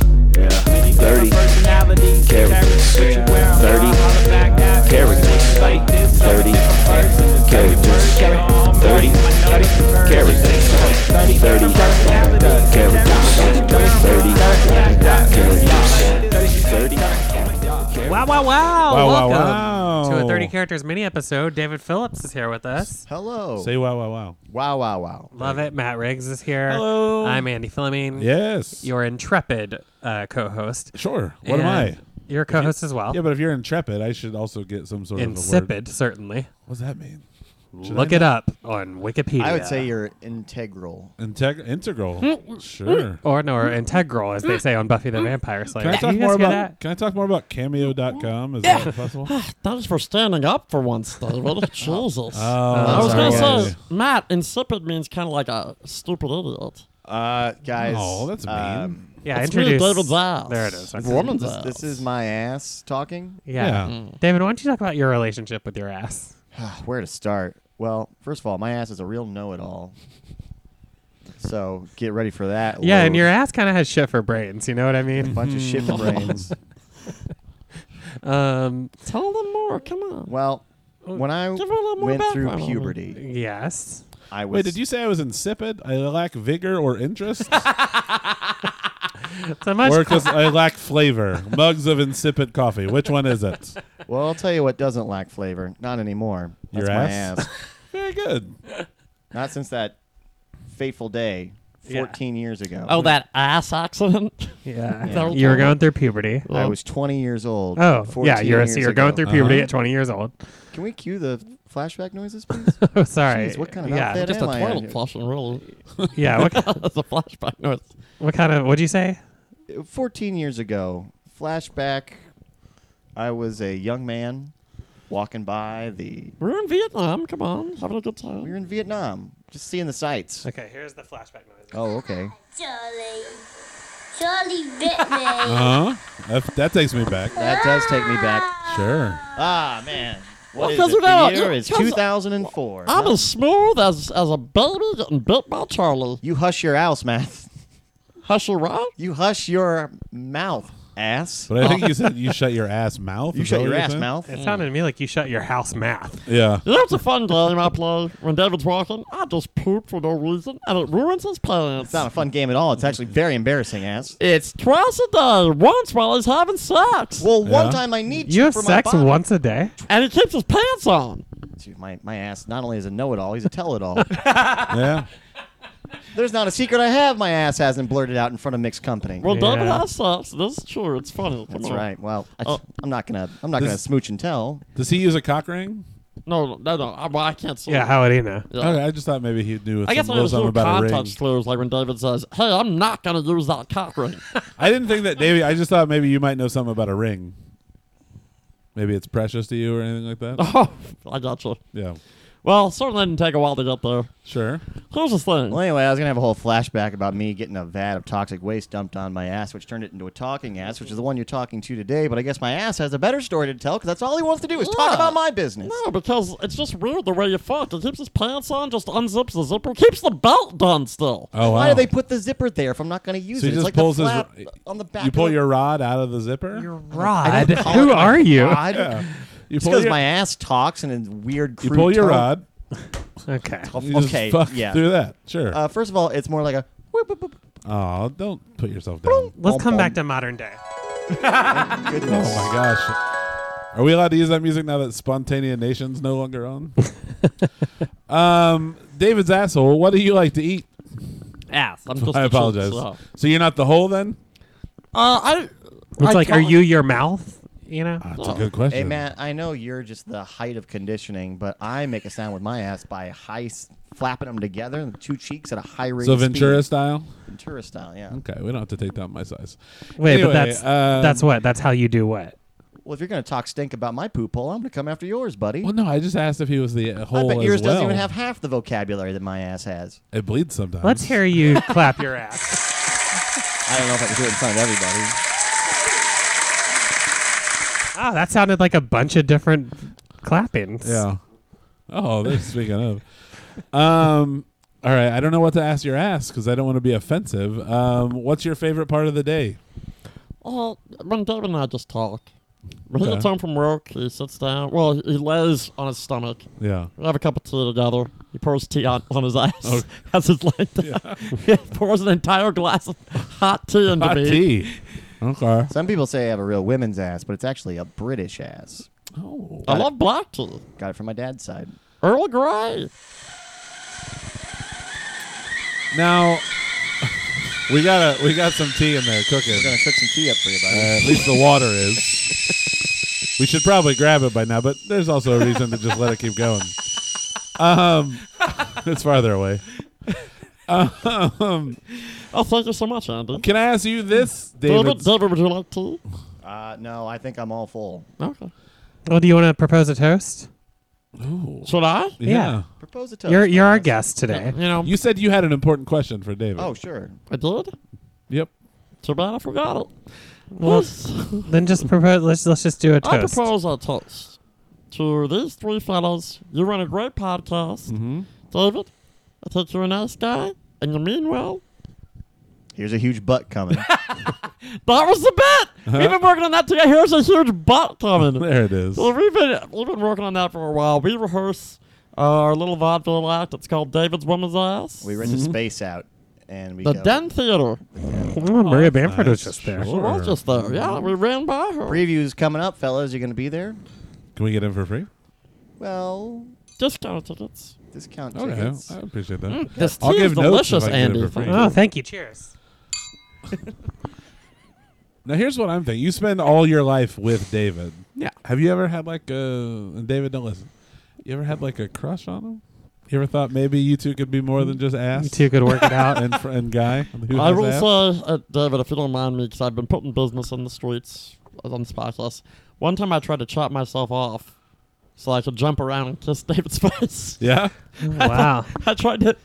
Thirty characters. Thirty characters. Thirty characters. Thirty characters. Thirty characters. Thirty characters. Thirty characters. Wow, wow, wow. Wow, wow, Welcome wow. to a 30 characters mini episode. David Phillips is here with us. Hello. Say wow, wow, wow. wow, wow, wow. Love it. Matt Riggs is here. Hello. I'm Andy Fleming. Yes. Your intrepid uh, co host. sure. What am I? Your co host as well. Yeah, but if you're intrepid, I should also get some sort of a word. Insipid, certainly. What does that mean? Should Look I it up on Wikipedia. I would say you're integral. Integ- integral. sure. Or, no, or integral, as they say on Buffy the Vampire Slayer. Can I Did talk you guys more hear about? that? Can I talk more about Cameo.com? Is that possible? That is for standing up for once, David. Oh, Jesus. Uh, Oh, I I was sorry, going to guys. say, Matt, insipid means kind of like a stupid idiot. Uh, guys. Oh, that's mean. um, Yeah, It's really introduce. David's ass. There it is. It's Okay. a woman's This, ass. this is my ass talking. Yeah. Yeah. Mm. David, why don't you talk about your relationship with your ass? Where to start? Well, first of all, my ass is a real know-it-all. So get ready for that. Yeah, load. and your ass kind of has shit for brains. You know what I mean? bunch of shit Hmm. brains. Um, Tell them more. Come on. Well, when I Give her a little more went through background. puberty, yes. I was. Wait, did you say I was insipid? I lack vigor or interest, So much. or because I lack flavor? Mugs of insipid coffee. Which one is it? Well, I'll tell you what doesn't lack flavor. Not anymore. That's Your my ass? ass. Very good. Not since that fateful day, Yeah. 14 years ago. Oh, that ass accident? Yeah. Yeah. You were going through puberty. I was 20 years old. Oh, 14 yeah. You're years so you're going ago. Uh, through puberty Uh-huh. at 20 years old. Can we cue the flashback noises, please? Oh, sorry. Jeez, what kind of yeah, outfit Just a am I on toilet here? flushing, really. yeah. What, That's a flashback noise. what kind of? What'd you say? 14 years ago, flashback. I was a young man walking by the. We're in Vietnam. Come on. Having a good time. We were in Vietnam, just seeing the sights. Okay, here's the flashback noise. Oh, okay. Charlie. Charlie bit me. Huh? That, that takes me back. That does take me back. Sure. Ah, man. What is Well, 'cause it? we're The not- year is yeah, 'cause 2004. I'm as smooth as, as a baby getting bit by Charlie. You hush your house, Matt. Hush your right? You hush your mouth, ass. But I think you said you shut your ass mouth. You is shut that what your you're ass, saying? mouth. It sounded to me like you shut your house math. Yeah. You know, it's a fun game I play when David's walking. I just poop for no reason, and it ruins his pants. It's not a fun game at all. It's actually very embarrassing, ass. It's twice a day, once while he's having sex, Well, Yeah. one time I need You have for sex my body. once a day. and he keeps his pants on. Dude, my, my ass not only is a know it all, he's a tell it all. Yeah. There's not a secret I have my ass hasn't blurted out in front of mixed company. Well, David Yeah. has sex. This is true. It's funny. Come That's on. right. Well, I, Oh. I'm not gonna I'm not gonna This- smooch and tell. Does he use a cock ring? No, no, no. I, well, I can't see. Yeah. it. How would he know? Uh, Yeah. Okay, I just thought maybe he knew I some, guess I little was something little about a ring. context clues, like when David says, "Hey, I'm not gonna use that cock ring." I didn't think that, Davey. I just thought maybe you might know something about a ring. Maybe it's precious to you or anything like Uh, that. oh, I gotcha. yeah. Well, certainly didn't take a while to get there. Sure. Here's the thing. Well, anyway, I was gonna have a whole flashback about me getting a vat of toxic waste dumped on my ass, which turned it into a talking ass, which is the one you're talking to today. But I guess my ass has a better story to tell because that's all he wants to do is talk Yeah. about my business. No, because it's just weird the way you fuck. It keeps his pants on, just unzips the zipper, keeps the belt done still. Oh, Why wow. do they put the zipper there if I'm not gonna use so he it? it's just like pulls the his. flap on the back. you pull of the- your rod out of the zipper. Your I rod. don't call Who it my are you? rod. you It's pull because your, my ass talks and a weird. you Crude pull your tone. rod. Okay. You just Okay, fuck yeah. through that. Sure. Uh, first of all, it's more like a. whoop, whoop, whoop. oh, don't put yourself down. Let's Bum, come bum. back to modern day. Goodness. Oh my gosh. Are we allowed to use that music now that Spontanea Nation's no longer on? um, David's asshole, what do you like to eat? Ass. I'm just I a chip, apologize. so. So you're not the hole then? Uh, I. It's I like, are can't- you your mouth? You know. Uh, That's a good question. Hey Matt, I know you're just the height of conditioning, but I make a sound with my ass by high s- flapping them together, the two cheeks at a high rate. So of speed. Ventura style? Ventura style, yeah. Okay, we don't have to take down my size. Wait, but Anyway, that's um, that's what that's how you do what. Well, if you're gonna talk stink about my poop hole, I'm gonna come after yours, buddy. Well, no, I just asked if he was the I hole bet yours as well. doesn't even have half the vocabulary that my ass has. it bleeds sometimes. Let's hear you clap your ass. I don't know if I can do it in front of everybody. Oh, that sounded like a bunch of different clappings. Yeah. Oh, that's speaking of. Um, all right. I don't know what to ask your ass because I don't want to be offensive. Um, what's your favorite part of the day? Oh, when David and I just talk. When he Okay. gets home from work, he sits down. Well, he lays on his stomach. Yeah. We have a cup of tea together. He pours tea on, on his ass. Oh. Has his leg down. he pours an entire glass of hot tea into Hot me. tea. Okay. Some people say I have a real women's ass, but it's actually a British ass. Oh. I love black tea. Got it from my dad's side. Earl Grey. Now we got a we got some tea in there cooking. We're gonna cook some tea up for you, Uh, buddy. at least the water is. we should probably grab it by now, but there's also a reason to just let it keep going. Um, it's farther away. Um, Oh, thank you so much, Andy. can I ask you this, David, David? David, would you like tea? Uh, no, I think I'm all full. Okay. Well, do you want to propose a toast? Should I? Yeah. Propose a toast. You're you're our guy. guest today. You know, You said you had an important question for David. Oh, sure. I did. yep. Too bad I forgot it. Well, then just propose. Let's let's just do a I toast. propose a toast to these three fellows. You run a great podcast, Mm-hmm. David. I think you're a nice guy, and you mean well. Here's a huge butt coming. That was the Uh-huh. bit. We've been working on that together. Here's a huge butt coming. There it is. so we've been we've been working on that for a while. We rehearse our little vaudeville act. It's called David's Woman's Ass. we rent a space out, and we the go. Den Theater. Oh, Maria Bamford was just there. She was just there. Yeah, we ran by her. Preview's coming up, fellas. You're gonna be there. Can we get in for free? Well, Discount tickets. discount Okay, tickets. Oh, I appreciate that. This I'll tea is give notes if delicious, I can get Andy. it for free. Oh, thank you. Cheers. Now here's what I'm thinking. You spend all your life with David. Yeah. Have you ever had like a and David? Don't listen. You ever had like a crush on him? You ever thought maybe you two could be more than just ass? You two could work it out. and fr- and guy. Who I has will ass? say, uh, David, if you don't mind me, because I've been putting business in the streets on this podcast. One time I tried to chop myself off so I could jump around and kiss David's face. Yeah. wow. I tried to,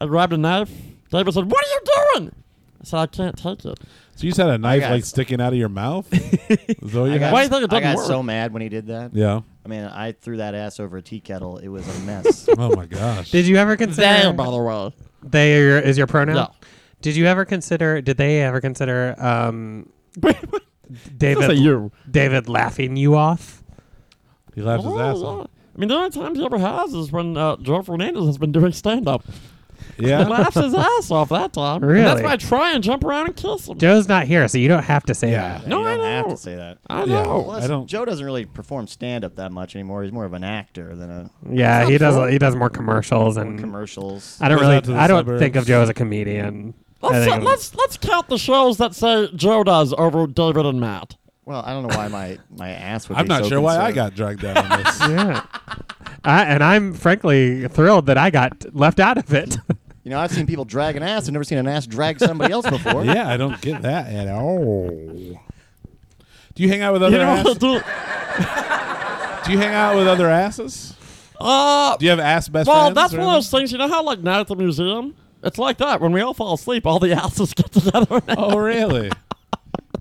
I grabbed a knife. David said, What are you doing? I said, I can't take it. So you just had a knife got- like sticking out of your mouth. Is that what you I got, Why do you think it I doesn't got work? so mad when he did that. Yeah. I mean, I threw that ass over a tea kettle. It was a mess. Oh my gosh. Did you ever consider Damn, by the way. they are, is your pronoun? No. Did you ever consider? Did they ever consider um, David Say you. David laughing you off? he laughed his ass Oh, off. yeah. I mean, the only time he ever has is when uh, Joe Fernandez has been doing stand up. He Yeah. laughs his ass off that time. And that's Really? why I try and jump around and kiss him. Joe's not here, so you don't have to say Yeah. that. No, you don't I have know. to say that. I Yeah. know. I Plus, don't- Joe doesn't really perform stand up that much anymore. He's more of an actor than a Mm-hmm. Yeah, he That's does. not true. He does more commercials and. commercials. I don't Goes out to really. the I don't suburbs. think of Joe as a comedian. I Let's, uh, think of- let's let's count the shows that say Joe does over David and Matt. Well, I don't know why my, my ass would I'm be not so sure why I concerned. got dragged down on this. yeah. I, and I'm frankly thrilled that I got left out of it. You know, I've seen people drag an ass. I've never seen an ass drag somebody else before. yeah, I don't get that at all. Do you hang out with You other know, asses? dude, Do you hang out with other asses? uh, Do you have ass best well, friends? that's or one of those anything? things. You know how like night at the museum, it's like that. When we all fall asleep, all the asses get together. Oh, really?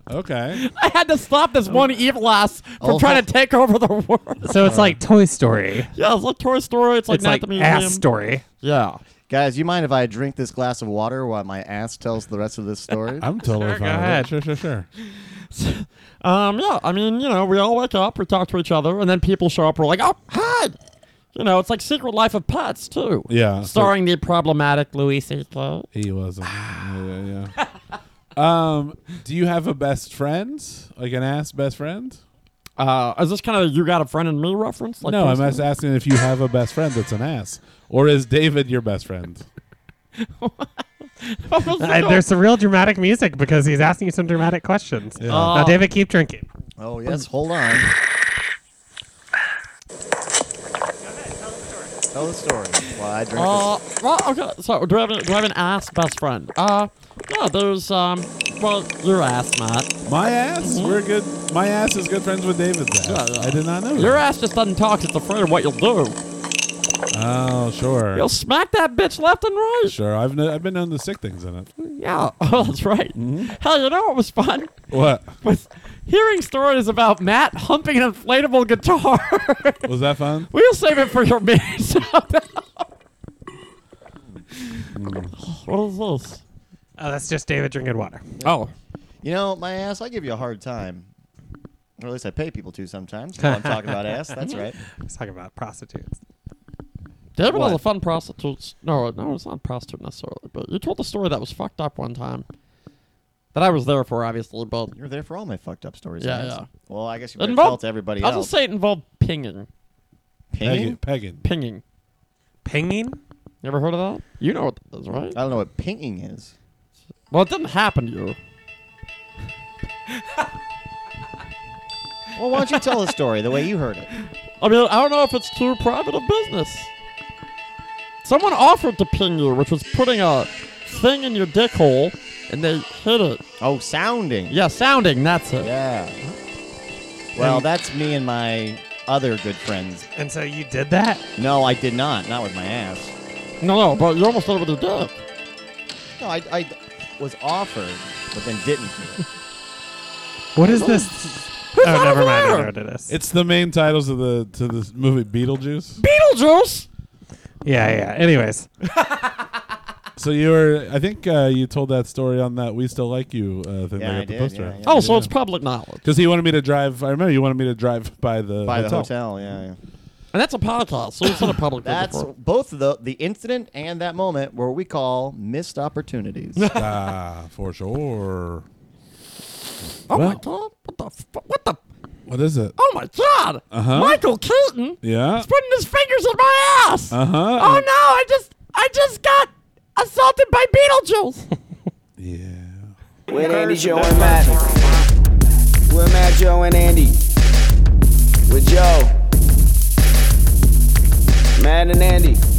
okay. I had to stop this one evil ass from Oh. trying to take over the world. so it's like Toy Story. Yeah, it's like Toy Story. It's like It's night like at the museum. ass story. Yeah, Guys, you mind if I drink this glass of water while my ass tells the rest of this story? Uh, I'm totally Sure, go fine. with it. ahead. Sure, sure, sure. um, yeah. I mean, you know, we all wake up, we talk to each other, and then people show up. We're like, oh, hi. You know, it's like Secret Life of Pets too. Yeah. so- starring the problematic Louis C.K. He wasn't. Ah. yeah, yeah, yeah. um, do you have a best friend? Like an ass best friend? Uh, is this kind of you got a friend in me reference? Like no, I'm Jason? just asking if you have a best friend that's an ass. Or is David your best friend? Oh, I, there's some real dramatic music because he's asking you some dramatic questions. Uh, now, David, keep drinking. oh, yes, hold on. Tell the story while I drink Uh, well, okay. So, do I have an, do I have an ass best friend? Uh, yeah. There's um, well, your ass, Matt. My ass? We're good. My ass is good friends with David's ass. Yeah, yeah. I did not know. Your that. ass just doesn't talk. It's afraid of what you'll do. Oh, sure. You'll smack that bitch left and right. Sure. I've, kn- I've been known to stick things in it. Yeah. Oh, that's right. Mm-hmm. Hell, you know what was fun? What? Was hearing stories about Matt humping an inflatable guitar. Was that fun? we'll save it for your main. Mm. What is this? Oh, that's just David drinking water. Oh. You know, my ass, I give you a hard time. Or at least I pay people to sometimes. While I'm talking about ass. That's right. Let's talk about prostitutes. David was a What? fun prostitute. No, no, it's not a prostitute necessarily, but you told a story that was fucked up one time. That I was there for, obviously, but You're there for all my fucked up stories. Yeah, ass. yeah. Well, I guess It you better tell involved- it to everybody I'll else. just say it involved pinging. Pinging? Pegging. Pegging. Pinging. Pinging? You ever heard of that? You know what that is, right? I don't know what pinging is. Well, it didn't happen to you. Well, why don't you tell the story the way you heard it? I mean, I don't know if it's too private a business. Someone offered to ping you, which was putting a thing in your dick hole, and they hit it. Oh, sounding. Yeah, sounding, that's it. Yeah. Well, that's me and my other good friends. And so you did that? No, I did not. Not with my ass. No, no, but you almost did it with your dick. No, I, I was offered, but then didn't do it. What is this? oh, never mind. I there? know what it is. It's the main titles of the to this movie Beetlejuice. Beetlejuice! yeah, yeah. Anyways, So you were, I think uh, you told that story on that "We Still Like You" uh, thing. Yeah, they got I the did, poster. yeah, out. yeah. Oh, so it's public knowledge. Because he wanted me to drive. I remember you wanted me to drive by the By hotel. the hotel, yeah. yeah. And that's a podcast, so it's not a public That's before. both the the incident and that moment where we call missed opportunities. Ah, for sure. Oh my well. god, what the, fu- what the, What is it? oh my god! Uh-huh. Michael Keaton Yeah. is putting his fingers in my ass! Uh huh. Oh no, I just, I just got assaulted by Beetlejuice! Yeah. With Andy, Joe, and Matt. With Matt, Joe, and Andy. With Joe. Matt and Andy.